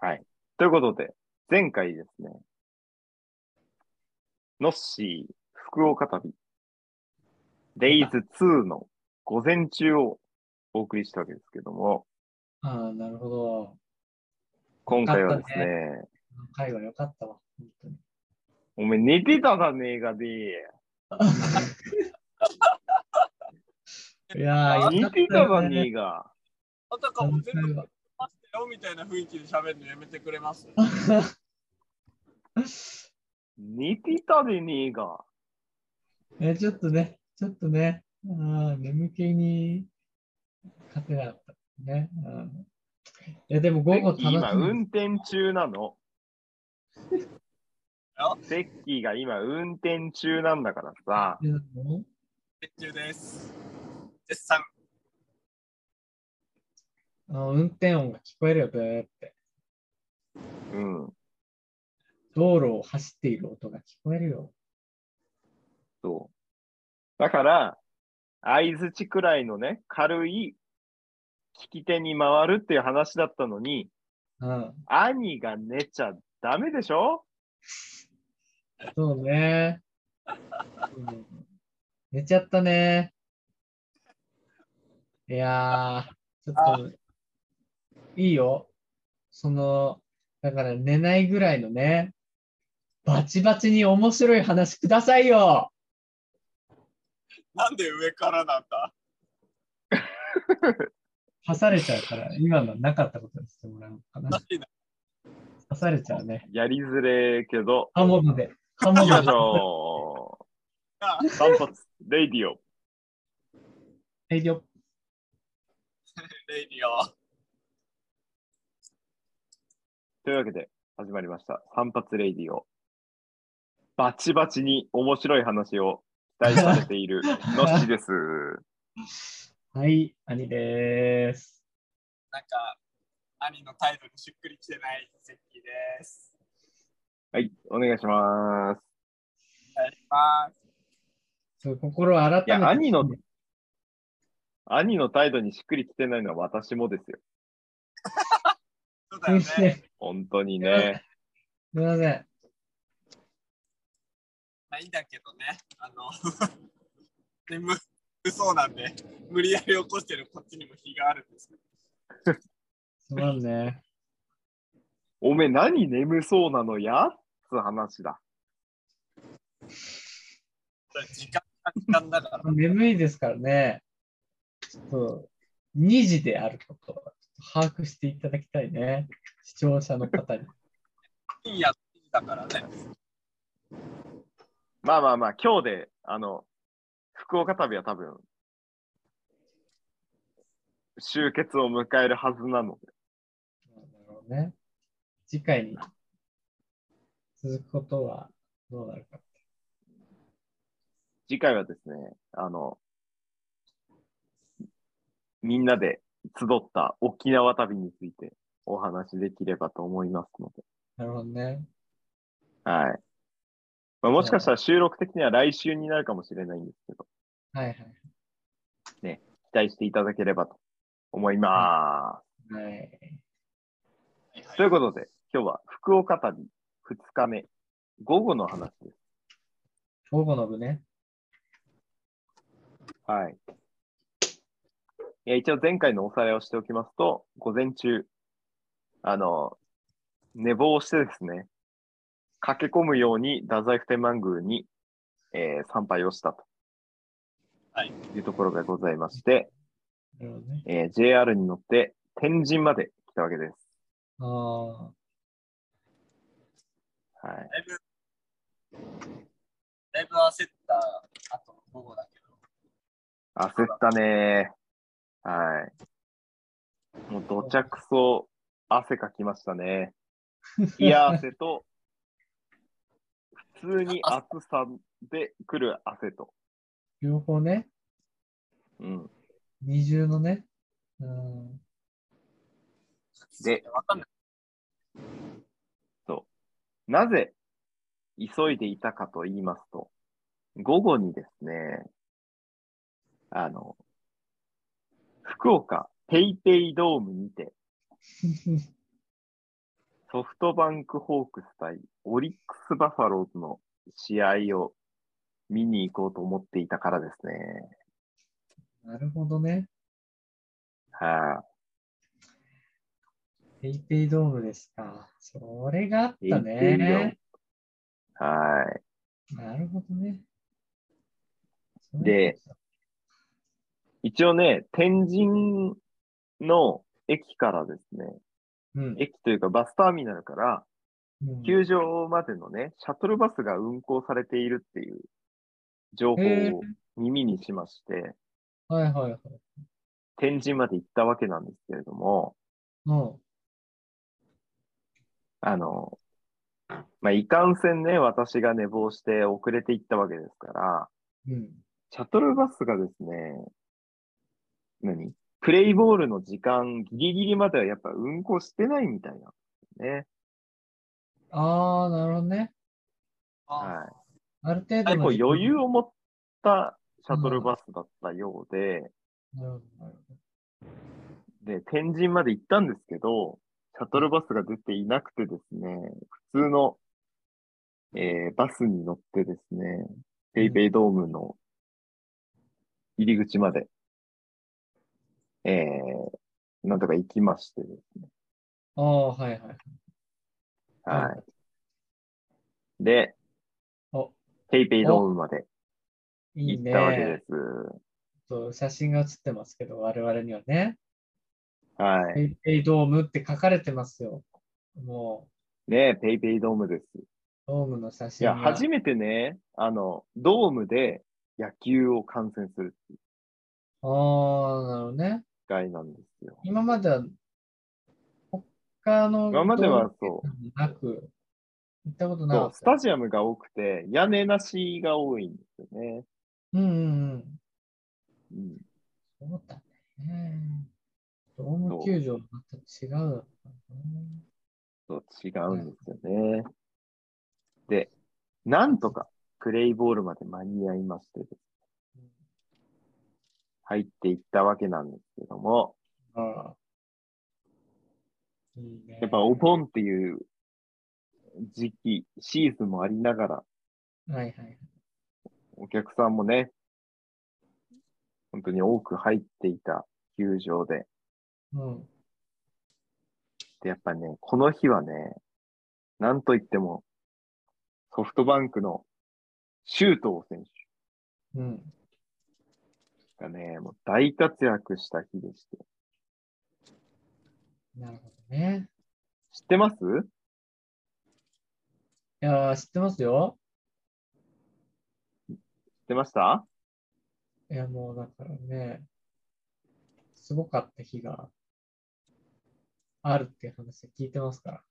はい。ということで、前回ですね、ノッシー福岡旅、デイズ2の午前中をお送りしたわけですけども、ああ、なるほど。今回はですね、この回は良かったわ。本当に。おめえ寝てたじゃねえかで、いやー、寝てたじゃねえか。あたかも全部良出かっましたよみたいな雰囲気で喋るのやめてくれます。たよ寝てたでねえか。え、ちょっとね、ちょっとね、うん眠気に勝てなかったね。うん、いや、でも午後楽しみ今、運転中なのあ。セッキーが今運転中なんだからさ、でも熱中です。絶賛。あの運転音が聞こえるよ、ブーって。うん、道路を走っている音が聞こえるよ。そう。だから、相づちくらいのね、軽い聞き手に回るっていう話だったのに、うん、兄が寝ちゃダメでしょそうね、うん寝ちゃったね。いやー、ちょっと、いいよ。その、だから寝ないぐらいのね、バチバチに面白い話くださいよ。なんで上からなんだ刺されちゃうから、今のなかったことにしてもらおうかおかな。しいな。刺されちゃうね。やりづれえけど、刃物で。刃行きま物しで。ょあう。散髪、レイディオ。大丈夫レイディオ。というわけで、始まりました。散髪レイディオ。バチバチに面白い話を期待されているのっしです。はい、兄でーす。なんか、兄の態度にしっくりきてないセッキーです。はい、お願いします。お願いします。そう心を改めいて。や兄の兄の態度にしっくりきてないのは私もですよ。そうすだいよません ね。す本当にね。いません。まあいいんだけどね。あの、 眠そうなんで、無理やり起こしてるこっちにも日があるんですけど。すまんね。おめえ何眠そうなのやつ話だ。時間が時間だから。眠いですからね。ちょっと、2時であることをちょっと把握していただきたいね。視聴者の方に。深夜だからね。まあまあまあ、今日で、あの、福岡旅は多分、終結を迎えるはずなので。なるほどね。次回に続くことはどうなるか。次回はですね、あの、みんなで集った沖縄旅についてお話しできればと思いますので。なるほどね。はい。まあ、もしかしたら収録的には来週になるかもしれないんですけど、はいはい。期待していただければと思いまはい、す。ということで、今日は福岡旅2日目、午後の話です。午後の部ね。はい。いや一応前回のおさらいをしておきますと、午前中、あの、寝坊してですね、駆け込むように太宰府天満宮に、えー参拝をしたと。はい。いうところがございまして、なるほどね。えー JR に乗って天神まで来たわけです。ああ、はい。だいぶ、だいぶ焦った後の午後だけど、焦ったねー。はい。もうどちゃくそ汗かきましたね。冷や汗と、普通に暑さで来る汗と。両方ね。うん。二重のね。うん。で、わかんない。なぜ急いでいたかと言いますと、午後にですね、あの、福岡ペイペイドームにて、ソフトバンクホークス対オリックスバファローズの試合を見に行こうと思っていたからですね。なるほどね。はペイペイドームですか。それがあっい、たペイペイドームね。はい。なるほどね。で一応ね、天神の駅からですね、うん、駅というかバスターミナルからうん、球場までのね、シャトルバスが運行されているっていう情報へーを耳にしまして、はいはいはい。天神まで行ったわけなんですけれども、うん。あの、まあ、いかんせんね、私が寝坊して遅れて行ったわけですから、うん。シャトルバスがですね、何プレイボールの時間ギリギリまではやっぱ運行してないみたいなんですよね。ああ、なるほどね。はある程い、度結の時間構余裕を持ったシャトルバスだったようで、なるほどなで、る天神まで行ったんですけど、シャトルバスが出ていなくてですね、普通の、えーバスに乗ってですね、ペイペイドームの入り口まで、えー、なんとか行きまして、ほどああ、はいはい。は。はいでお、ペイペイドームまでいい行っね。たわけです。と写真が写ってますけど、我々にはね。はペイペイドームって書かれてますよ。もい。ねペイペイドームです。う、ドームの写い真や、が。初めてね、あの、ドームで野球を観戦する機ああ、なるほどね。会なんですよ。今までは、他の今まではドそームってなく、行ったことう、なかそうっスた。タジアムが多くて、屋根なしが多いんですよね。うんうんうん。うん、そうだね。ドーム球場はまた違うだろうそう違うんですよね。で、なんとかプレイボールまで間に合いまして、入っていったわけなんですけども、な。ああ。いいね。やっぱお盆っていう時期、シーズンもありながら、はいはい。お客さんもね、本当に多く入っていた球場で、うん。で、やっぱね、この日はね、なんといっても、ソフトバンクの周東選うん。手がね、もう大活躍した日でして。なるほどね。知ってますいやー、知ってますよ。知ってましたいや、もうだからね、すごかった日があるっていう話聞いてますか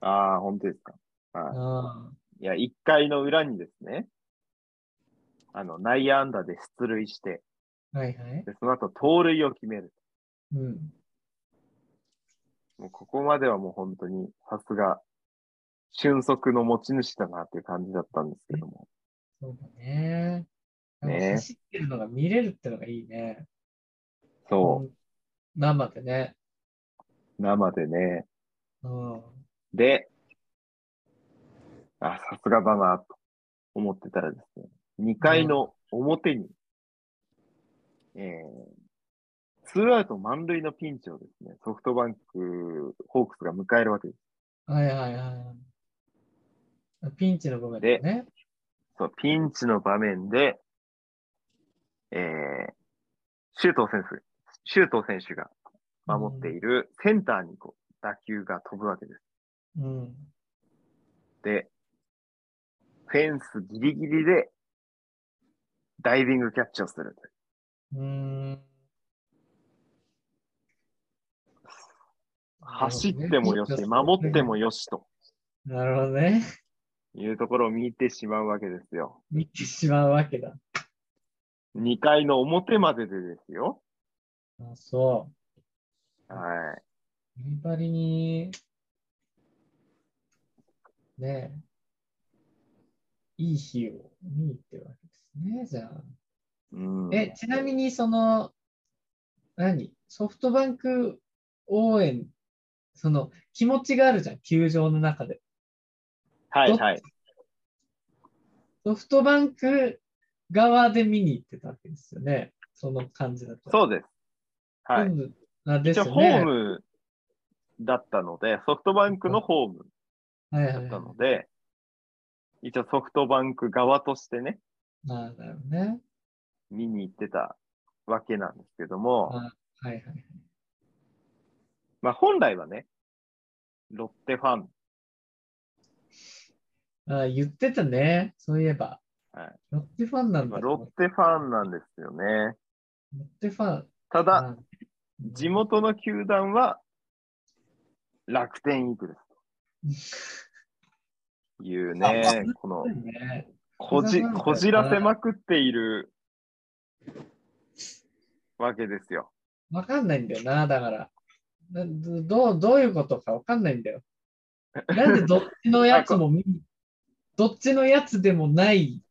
ああ、本当ですか。ら。はあい。いや、1回の裏にですね、あの、内野安打で出塁して、あ、はいはい。でその後盗塁を決める。うん。もうここまではもう本当に、さすが、俊足の持ち主だなっていう感じだったんですけども。そうだね。ねなんか走ってるのが見れるってのがいいね。。そう生でね。う、生でね。うん。で、あ、さすがだな、と思ってたらですね、2回の表に、えー、ツーアウト満塁のピンチをですね、ソフトバンク、ホークスが迎えるわけです。はいはいはい。ピンチの場面だね。そう、ピンチの場面で、えー、周東選手、周東選手が守っているセンターにこう、打球が飛ぶわけです。うん。で、フェンスギリギリで、ダイビングキャッチをするといううん。走ってもよし、守ってもよしとなるほどね。いうところを見てしまうわけですよ。見てしまうわけだ。 2回の表まででですよ。あそう。はい。バリバリに、ねえ、いい日を見に行ってるわけですね、じゃあ。うん、え、ちなみに、その、何ソフトバンク応援その気持ちがあるじゃん、球場の中で。はいはい。ソフトバンク側で見に行ってたわけですよね。その感じだと。そうです。はい。全部あです一よ応、ね。ホームだったので、ソフトバンクのホームはいはいだはいったので、一応ソフトバンク側としてね、まあ、だよね。見に行ってたわけなんですけども、はいはい。まあ本来はね、ロッテファン、あ言ってたね。そういえば。はいロッテファンなんまだ。あロッテファンなんですよね。ロッテファン。ただ、あ地元の球団は楽天イーグルスというね、このそうねこじ球団なんだよなこじらせまくっているわけですよ。わかんないんだよな、だから。などどうどういうことかわかんないんだよ。なんでどっちのやつも見に、どっちのやつでもない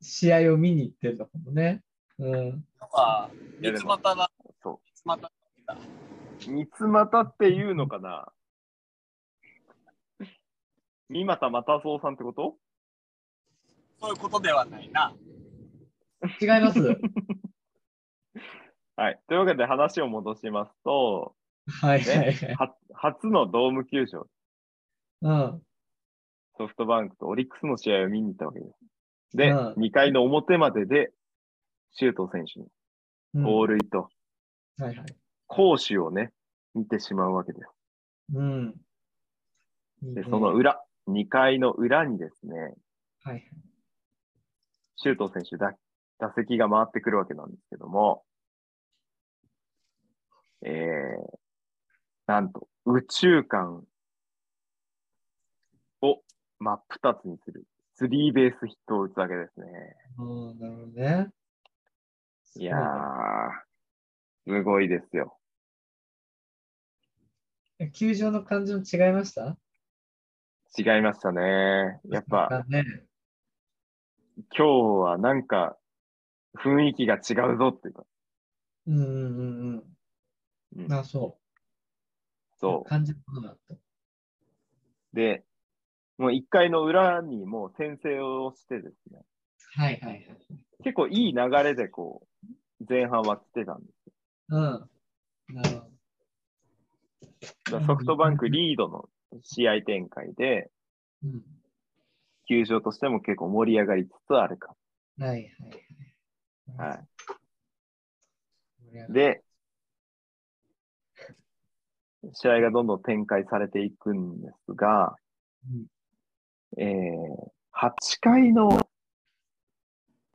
試合を見に行ってるのかもね。うん。なんか、いやで三つも股が、そ三つ股う。三つ股っていうのかな三股又蔵さんってことそういうことではないな。違い ます。はい。というわけで話を戻しますと、はいはいはい。は初のドーム球場、うん。ソフトバンクとオリックスの試合を見に行ったわけです。で、うん2回の表までで、周東選手のうんは盗塁といはい。攻守をね、見てしまうわけです。うん。いいで、ねその裏、2回の裏にですね、はいはい。周東選手だ、打席が回ってくるわけなんですけども、えー、なんと、宇宙間を真っ二つにする、スリーベースヒットを打つわけですね。うん、なるほどね。いやー、すごいですよ。そうだ球場の感じも違いました違いましたね。やっぱ、、ね、今日はなんか、雰囲気が違うぞっていうか、うんうんうんううん。ん、あ、そう。そう。感じるものだった。で、もう1回の裏にもう先制をしてですね、はいはいはい。結構いい流れでこう、前半は来てたんでうん。なるほど。す。だからソフトバンクリードの試合展開で、うん。球場としても結構盛り上がりつつあるか。はいはいはい。。はいい。、で、試合がどんどん展開されていくんですが、えー、8回の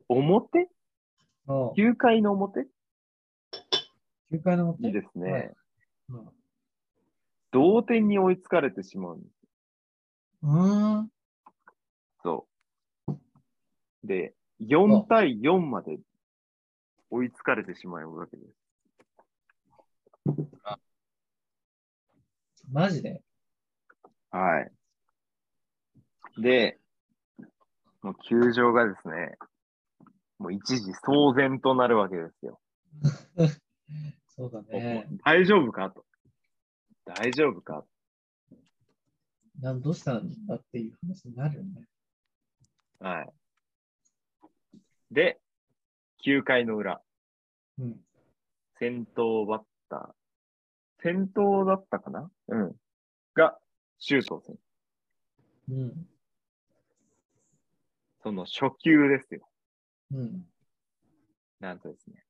表そ ?9 回の表う。9回の表にですね、はいうん同点に追いつかれてしまうんですうん。そう。で、4対4まで追いつかれてしまうわけです。マジではい。で、もう球場がですね、もう一時騒然となるわけですよ。そうだね。大丈夫かと。大丈夫かなんどうしたんだっていう話になるよね。はい。で、9回の裏、うん。先頭バッター、先頭だったかなうん。が、周東選手。うん。その初球ですよ。うん。なんとですね、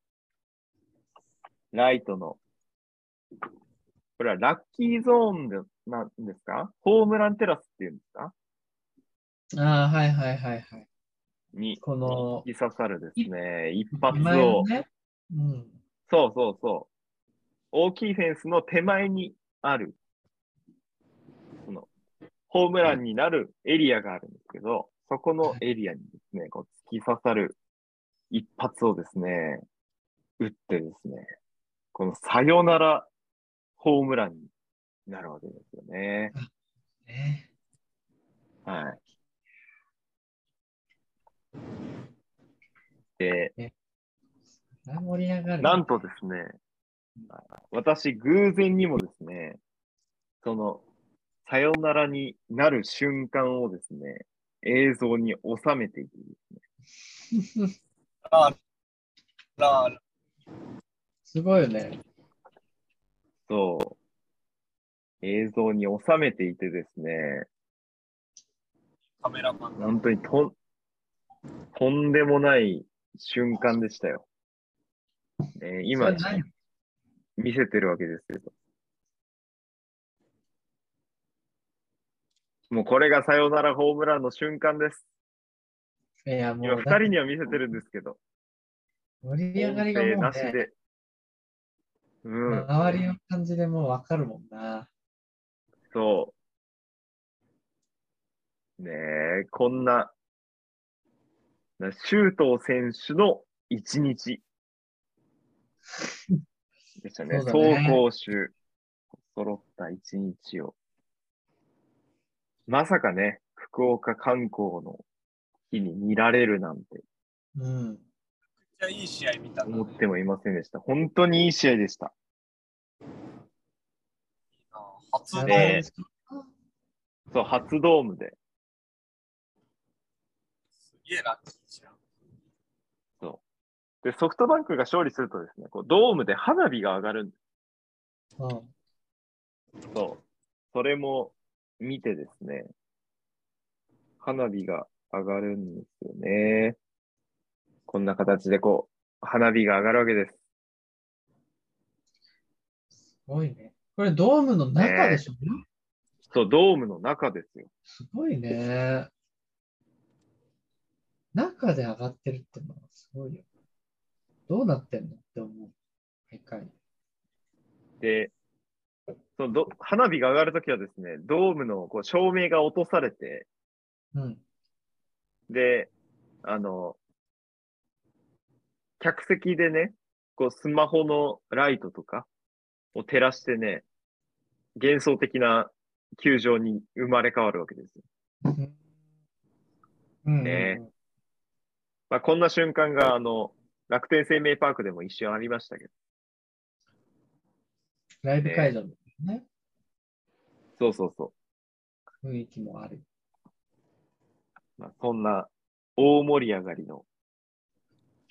ライトの、これはラッキーゾーンでなんですかホームランテラスっていうんですかああ、はいはいはいはい。に、この、突き刺さるですね、一発手前を、のね。うん。そうそうそう、大きいフェンスの手前にある、その、ホームランになるエリアがあるんですけど、そこのエリアにですね、こう突き刺さる一発をですね、打ってですね、このさよならホームランになるわけですよね。ねはい。で、盛り上がる。なんとですね、私、偶然にもですね、その、さよならになる瞬間をですね、映像に収めている。あらあらすごいよね。そう。映像に収めていてですね、カメラマンが本当にとん、とんでもない瞬間でしたよ。えー今それ、何見せてるわけですけど。もうこれがさよならホームランの瞬間です。いや、も今、う、二人には見せてるんですけど。盛り上がりがも音声う、なしね、で。うん。周りの感じでもうわかるもんな。そう。ねえ、こんな、な周東選手の一日でしたね。そうだ走ね攻守揃った一日を。まさかね、福岡観光の日に見られるなんてうん。めっちゃいい試合見たな思ってもいませんでした。本当にいい試合でした。初の、ねそう、初ドームで。すげえラッキーじゃん。で、ソフトバンクが勝利するとですね、こうドームで花火が上がるんですうんそう。それも見てですね、花火が上がるんですよね。こんな形でこう、花火が上がるわけです。すごいね。これドームの中でしょ、そう、ドームの中ですよ。すごいね。中で上がってるってのはすごいよ。どうなってんのって思う。毎回。で、そのど花火が上がるときはですね、ドームのこう照明が落とされて、うん。で、あの、客席でね、こうスマホのライトとかを照らしてね、幻想的な球場に生まれ変わるわけですよ。うんうん。ねまあ、こんな瞬間が、あの、楽天生命パークでも一瞬ありましたけど。ライブ会場のね、そうそうそ雰囲気もある。う。まあ、そんな大盛り上がりの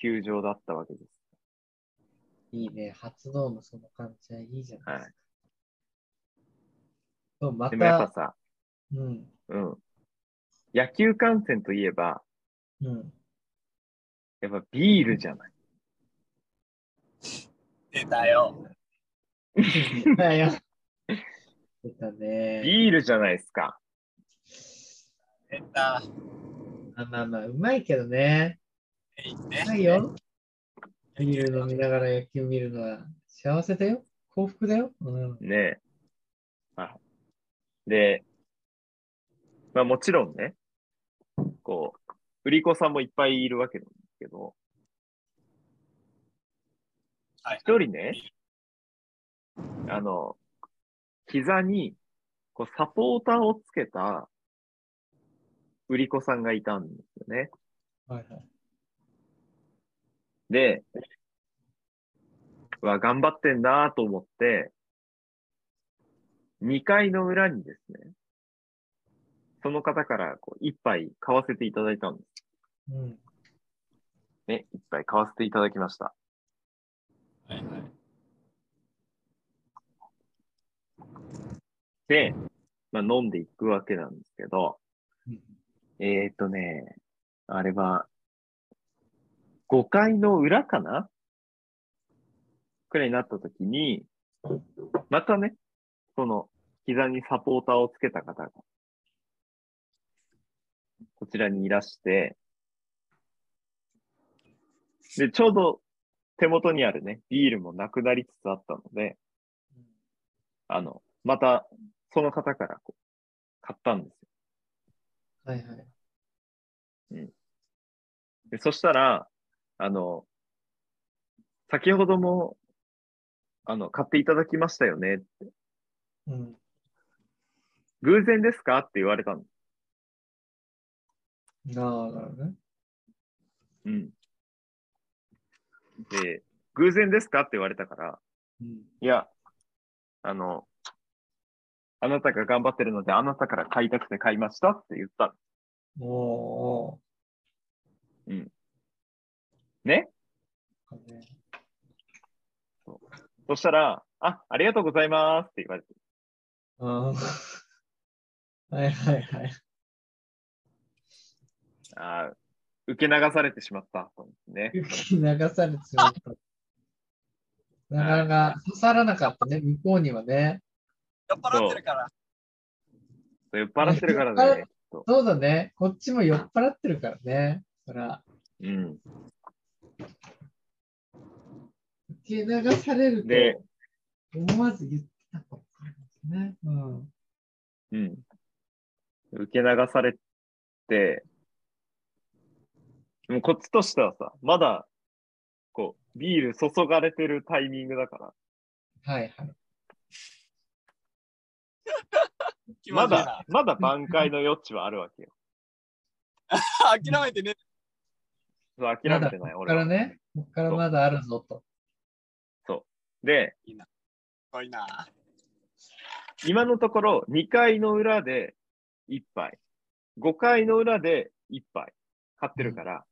球場だったわけです。いいね。初ドームその感じはいいじゃないはですか。そうまでもやったぱ、さ、うん。うん。野球観戦といえば、うん。 やっぱビールじゃない。出たよ。だよ。出たね。ビールじゃないですか。出た。まあまあまあ、うまいけどね。えいうね。まいよ。ビール飲みながら野球見るのは幸せだよ。幸福だよ。うん。ねえ。あで、まあもちろんね、こう、売り子さんもいっぱいいるわけなんですけど、はい一人ね、あの、膝に、こう、サポーターをつけた、売り子さんがいたんですよね。はいで、うわ、頑張ってんなと思って、2階の裏にですね、その方からこう1杯買わせていただいたんですはい。うん。ね。1杯買わせていただきました。はいはい。で、まあ飲んでいくわけなんですけど、うんえー、っとね、あれは、5階の裏かなくらいになったときに、またね、その、膝にサポーターをつけた方が、こちらにいらして、で、ちょうど手元にあるね、ビールもなくなりつつあったので、あの、また、その方からこう買ったんですよはいはい。でそしたら、あの、先ほども、あの、買っていただきましたよね。うん。偶然ですかって言われたの。なあ、なるほどね。うん。で、偶然ですかって言われたから、うんいや、あの、あなたが頑張ってるので、あなたから買いたくて買いましたって言ったおーおの。ねーなんかねそしたら、あ、ありがとうございますって言われて、うんはいはいはい。ああ、受け流されてしまったと思ってね。流されてしまった。なかなか刺さらなかったね、向こうにはね。酔っ払ってるから。酔っ払ってるからだよね。そうだね、こっちも酔っ払ってるからね。そら、うん。受け流されるでと思わず言ってたことあるんですね。うん。うん。受け流されて、もうこっちとしてはさ、まだ、こう、ビール注がれてるタイミングだから、はいはい。気ままずいなだ、まだ挽回の余地はあるわ けよ。諦めてね。そう諦めてない、こっ俺はから。ね、こっからまだあるぞと。で、すごいな。今のところ2回の裏で1杯、5回の裏で1杯買ってるから、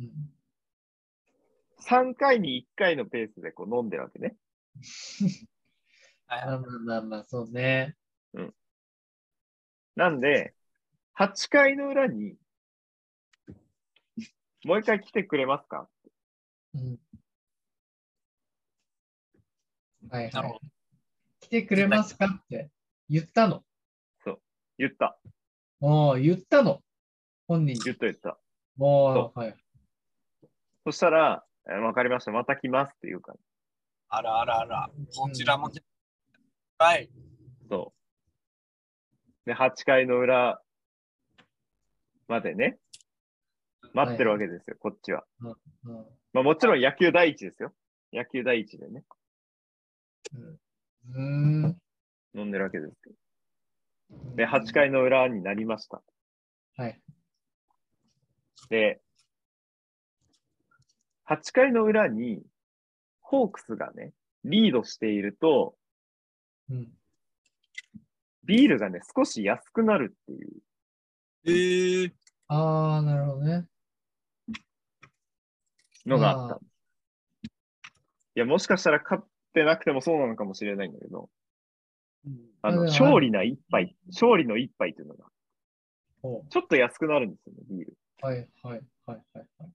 うん、 3回に1回のペースでこう飲んでるわけね。まあまあまあまあ、そうね。なんで、8回の裏に、もう一回来てくれますかうん。はいなはるいほ。来てくれますかって言ったの。言った、おう言ったの。本人言っに。た言った。おうはい。そしたら、えわかりました、また来ますって言うから。あらあらあら。こちらも。はい。そう。で、8回の裏までね、待ってるわけですよ、こっちは。うんうんまあもちろん野球第一ですよ。野球第一でね、うーん。飲んでるわけですけど。で、8回の裏になりました。はい。で、8回の裏に、ホークスがね、リードしていると、うん。ビールがね、少し安くなるっていう。えー、ああ、なるほどね。のがあったあの。いや、もしかしたら勝ってなくてもそうなのかもしれないんだけど、ああの、でも勝利な一杯、勝利の一杯っていうのが、おうちょっと安くなるんですよね、ビール。はいはいはいはいはい。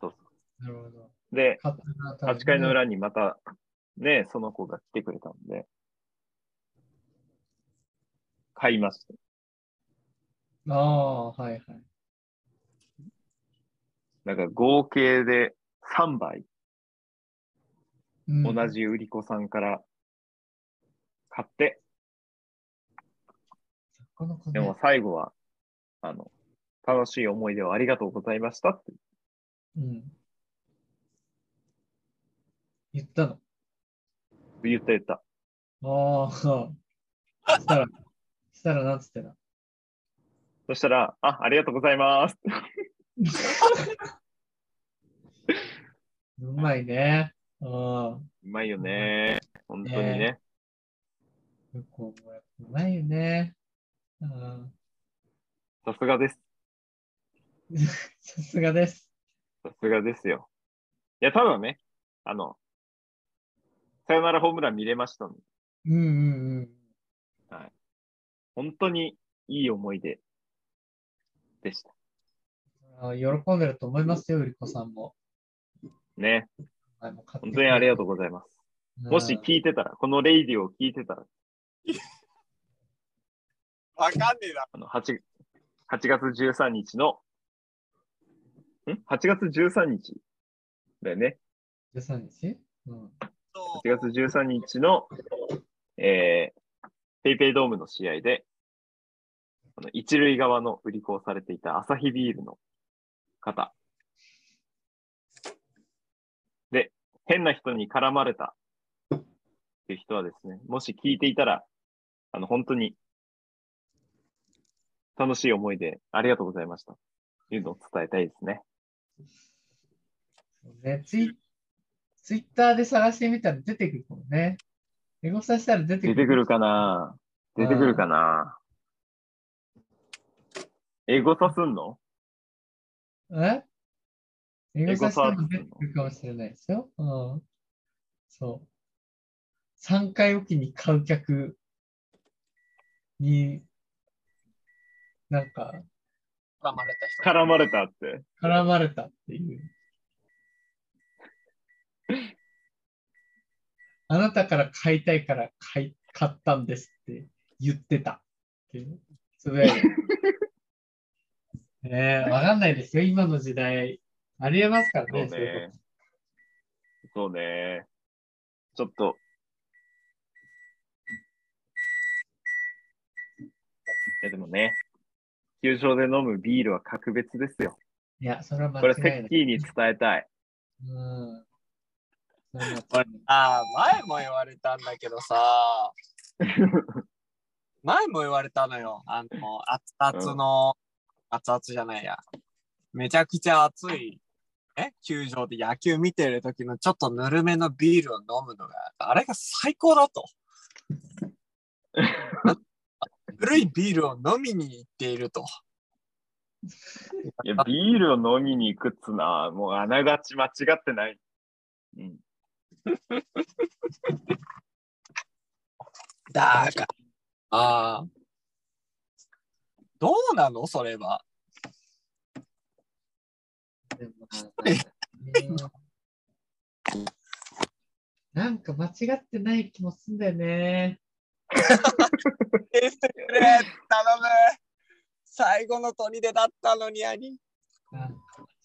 そうなるほど。で、勝ったな多分ね8回の裏にまた、ね、その子が来てくれたんで、買いました。ああ、はいはい。なんか合計で3杯、うん同。じ売り子さんから買って、なかなかねでも最後は、あの、楽しい思い出をありがとうございましたってうん。言ったの。言った言った。ああ、そしたら、したらなんつってな。そしたら、あ、ありがとうございます。うまいね。ああ、うまいよね。本当にねね。向こうもやっぱうまいよね。ああ、さすがです。さすがです。さすがですよ。いや、ただね、あの、さよならホームラン見れましたので、うんうんうん。本当にいい思い出でした。ああ喜んでると思いますよ、売り子さんも。ね。本本当にありがとううございます。ん。もし聞いてたら、このレイディオを聞いてたら、わかんねえだあの、8、8月13日の、ん ?8 月13日だよね。 13日うん。ろ。 8月13日の、えーペイペイドームの試合で、あの一塁側の売り子をされていたアサヒビールの方。で、変な人に絡まれたっていう人はですね、もし聞いていたら、あの、本当に、楽しい思い出、ありがとうございました。いうのを伝えたいですね。ね、ツイツイッターで探してみたら出てくるかもね。エゴサしたら出てく出る。てくるかな出てくるかなエゴサすんのえエゴゴササしたら出てくるかもしれないですよ。うん。そう。3回おきに買う客に、なんか、絡まれた人。絡まれたって。絡まれたっていう。あなたから買いたいから買い買ったんですって言ってたっていう。つぶや いてねえ、わかんないですよ、今の時代。ありえますからそうね。そういうね。そうね。ちょっと。いやでもね、球場で飲むビールは格別ですよ。こといや、それは間これ、違セいない。ッキーに伝えたい。うん。それは間違いないああ、前も言われたんだけどさ。前も言われたのよ。あの、熱々の、熱々じゃないや。めちゃくちゃ熱い、え球場で野球見てる時のちょっとぬるめのビールを飲むのが、あれが最高だと。あぬるいビールを飲みに行っていると。いや、ビールを飲みに行くっつのは、もうあながち間違ってない。うん。だから。ああ。どうなのそれは。でもまあうんなんか間違ってない気もすんだよね。えしてくれ頼む最後の砦だったのに、兄。なんか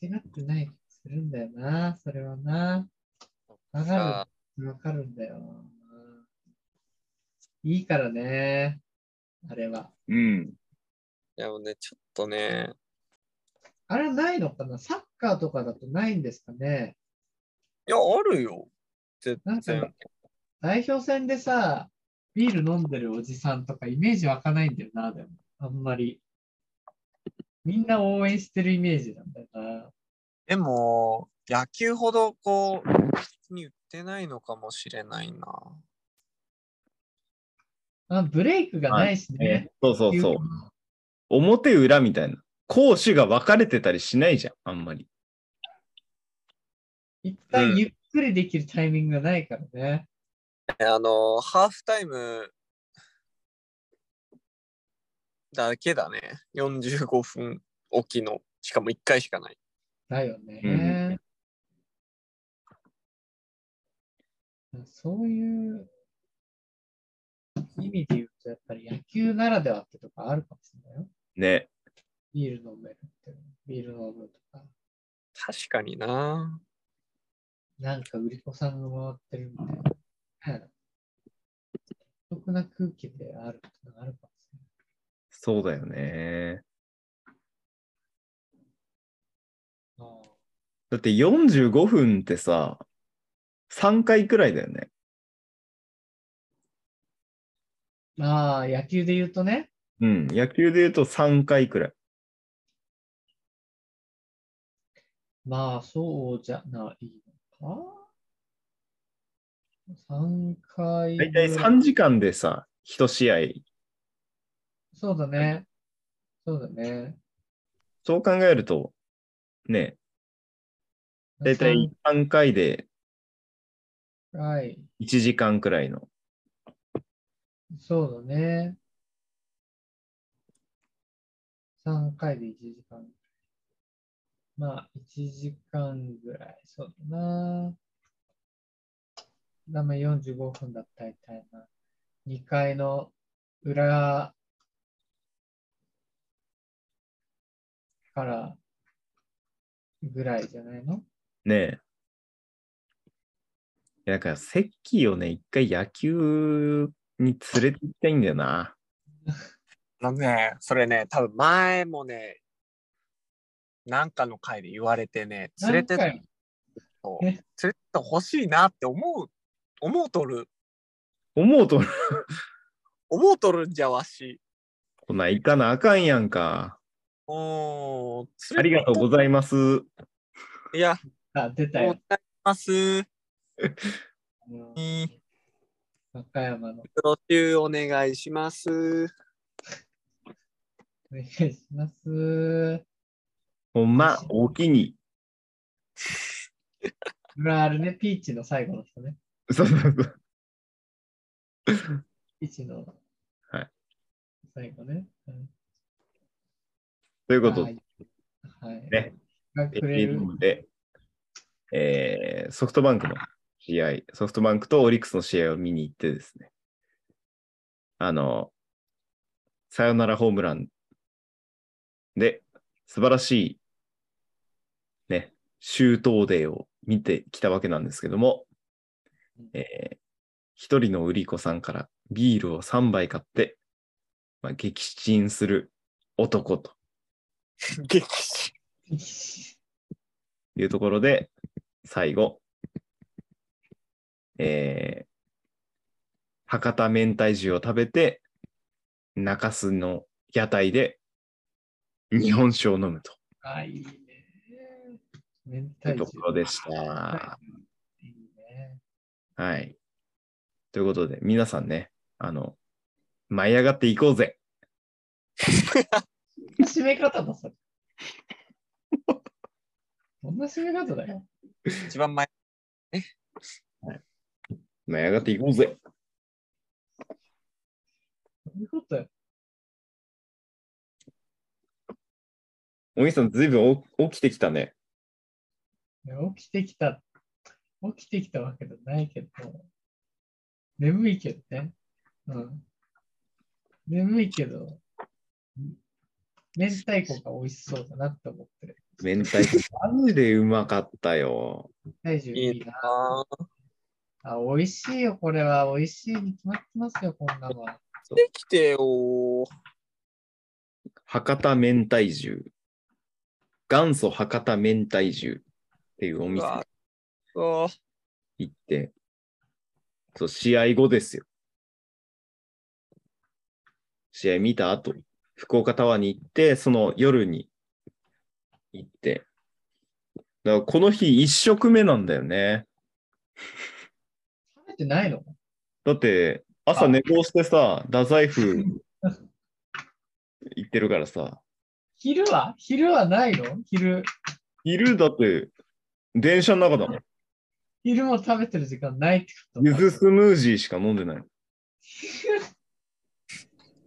間違ってない気もするんだよな、それはな。わさかる、わかるんだよ。いいからね、あれは。うん。でもね、ちょっとね、あれはないのかなサッカーとかだとないんですかねいや、あるよ。全なんか然。代表戦でさ、ビール飲んでるおじさんとかイメージ湧かないんだよな、でも。あんまり。みんな応援してるイメージなんだよな。でも、野球ほどこう、に売ってないのかもしれないな。あブレイクがないしね。そうそうそう。表裏みたいな。攻守が分かれてたりしないじゃん、あんまり。一旦うんゆっくりできるタイミングがないからね。えあの、ハーフタイムだけだね。45分おきの、しかも1回しかない。だよね。そういう意味で言うと、やっぱり野球ならではってとかあるかもしれないよ。ね。ビール飲めるって、ビール飲むとか。確かにな。なんか売り子さんが回ってるみたいな。独特な空気であることがあるかもしそうだよね。れない。ああだって45分ってさ、3回くらいだよね。まあ、野球で言うとね、うん。野球で言うと3回くらい。まあ、そうじゃないのか。3回だいぐたらいい。 3時間でさ、1試合。そうだね。そうだね。そう考えると、ね、だいたい3回で三回。 1時間くらいの。そうだね。3回で1時間。まあ、1時間ぐらい。そうだな。ダメ45分だったら大体な。2回の裏からぐらいじゃないのねえ。いやだから、セッキーをね、一回野球に連れて行きたいんだよな。あのね、それね、多分前もね、なんかの回で言われてね、連れて何回そうね連れてってほしいなって思う、思うとる、思うと、思うとるんじゃわし。こない行かなあかんやんか。うーん、ありがとうございます。う。いや、あ、出たもよっ。たいます。あのに和歌山の。募集お願いします。お願いします。ほんま、おきに。 これはあれね、ピーチの最後の人ね。そうそうそう。ピーチのはい最後ね。うんということはでい。はいね。がくれる。で、えーソフトバンクの試合、ソフトバンクとオリックスの試合を見に行ってですね、あの、サヨナラホームランで、素晴らしい、ね、周到デーを見てきたわけなんですけどもうん、えー一人の売り子さんからビールを3杯買って、まあ、撃沈する男と激しというところで、最後、えー、博多明太重を食べて、中洲の屋台で日本酒を飲むと あ、いいね。明いう太と子。ころでした。いいね。はい。ということで、皆さんね、あの、舞い上がっていこうぜ。締め方だ、それ。 こんな締め方だよ。い。一番前。舞い上がっていこうぜ。どういうことよ。お兄さん、ずいぶんお起きてきたね。起きてきた、起きてきたわけじゃないけど、眠いけどね。うん。眠いけど、明太子が美味しそうだなって思ってる。明太子、マジでうまかったよ。体重いいな。あーあ、美味しいよ、これは。美味しいに決まってますよ、こんなのは。できてよ。博多明太重。元祖博多明太重っていうおう店わそう。行って、そう、試合後ですよ。試合見た後、福岡タワーに行って、その夜に行って。だからこの日一食目なんだよね。食べてないのだって、朝寝坊してさ、太宰 府行ってるからさ、昼は昼はないの昼。昼だって、電車の中だもん。昼も食べてる時間ないってことゆずスムージーしか飲んでない。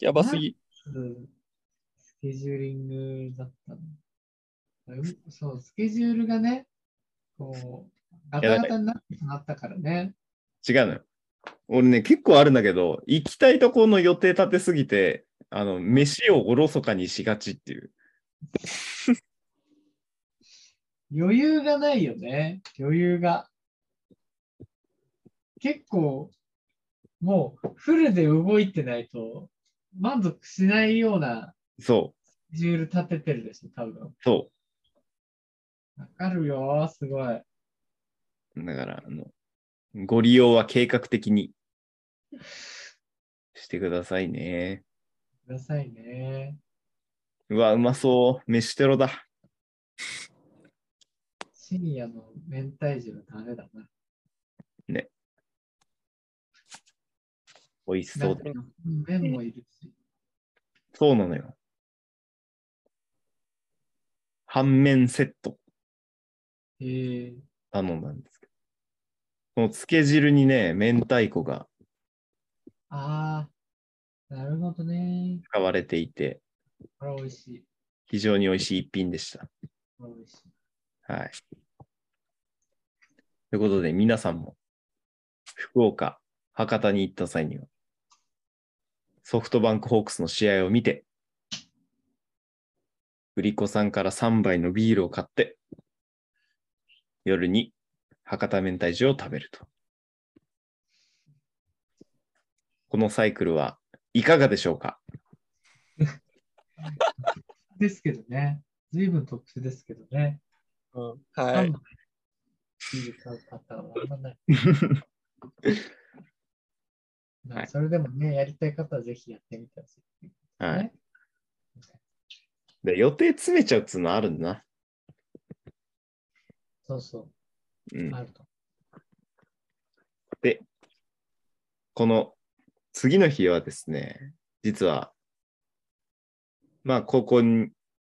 やばすぎ。うんスケジューリングだったの。あよそう、スケジュールがね、こう、ガタガタになってしまったからね。違うのよ。俺ね、結構あるんだけど、行きたいところの予定立てすぎて、あの、飯をおろそかにしがちっていう。余裕がないよね、余裕が。結構、もうフルで動いてないと満足しないようなそスケジュール立ててるでしょ、多分う、。そわかるよ、すごい。う。だから、あの、ご利用は計画的にしてくださいね。くださいね。うわ、うまそう。飯テロだ。深夜の明太子はダメだな。美味しそうだ。麺もいるし。そうなのよ。半面セットえー、頼んだんですけど。この漬け汁にね、明太子がああ、なるほどね。使われていて、これ美味しい。非常に美味しい一品でした。これ美味しい。はい。ということで、皆さんも、福岡、博多に行った際には、ソフトバンクホークスの試合を見て、売り子さんから3杯のビールを買って、夜に博多明太子を食べると。このサイクルはいかがでしょうかですけどね。随分特殊ですけどね。うん、はパンい。もビール買う方はあんまない。まあはいそれでもね、やりたい方はぜひやってみてほしい。はい。で予定詰めちゃうっつうのあるんだな。そうそうう、んあると。で、この次の日はですね、実は、まあ、ここに、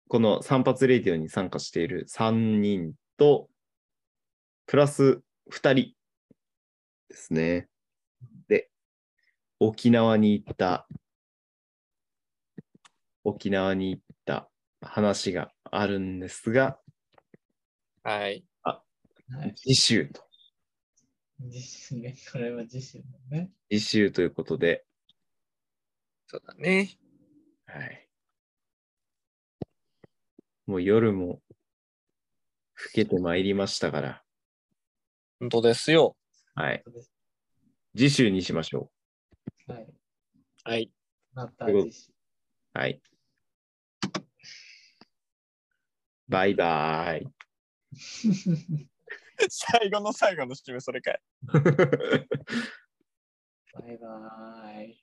この散髪レディオに参加している3人と、プラス2人ですね。で、沖縄に行った、沖縄に行った話があるんですが、はい。はい。次週と。自身ね、これは自身だね。次週ということで、そうだね。はい。もう夜も更けてまいりましたから、本当ですよ。はい。次週にしましょはい。はい。またということ自で身。う。はい。バイバーイ。最後の最後の締め、それかい。バイバーイ。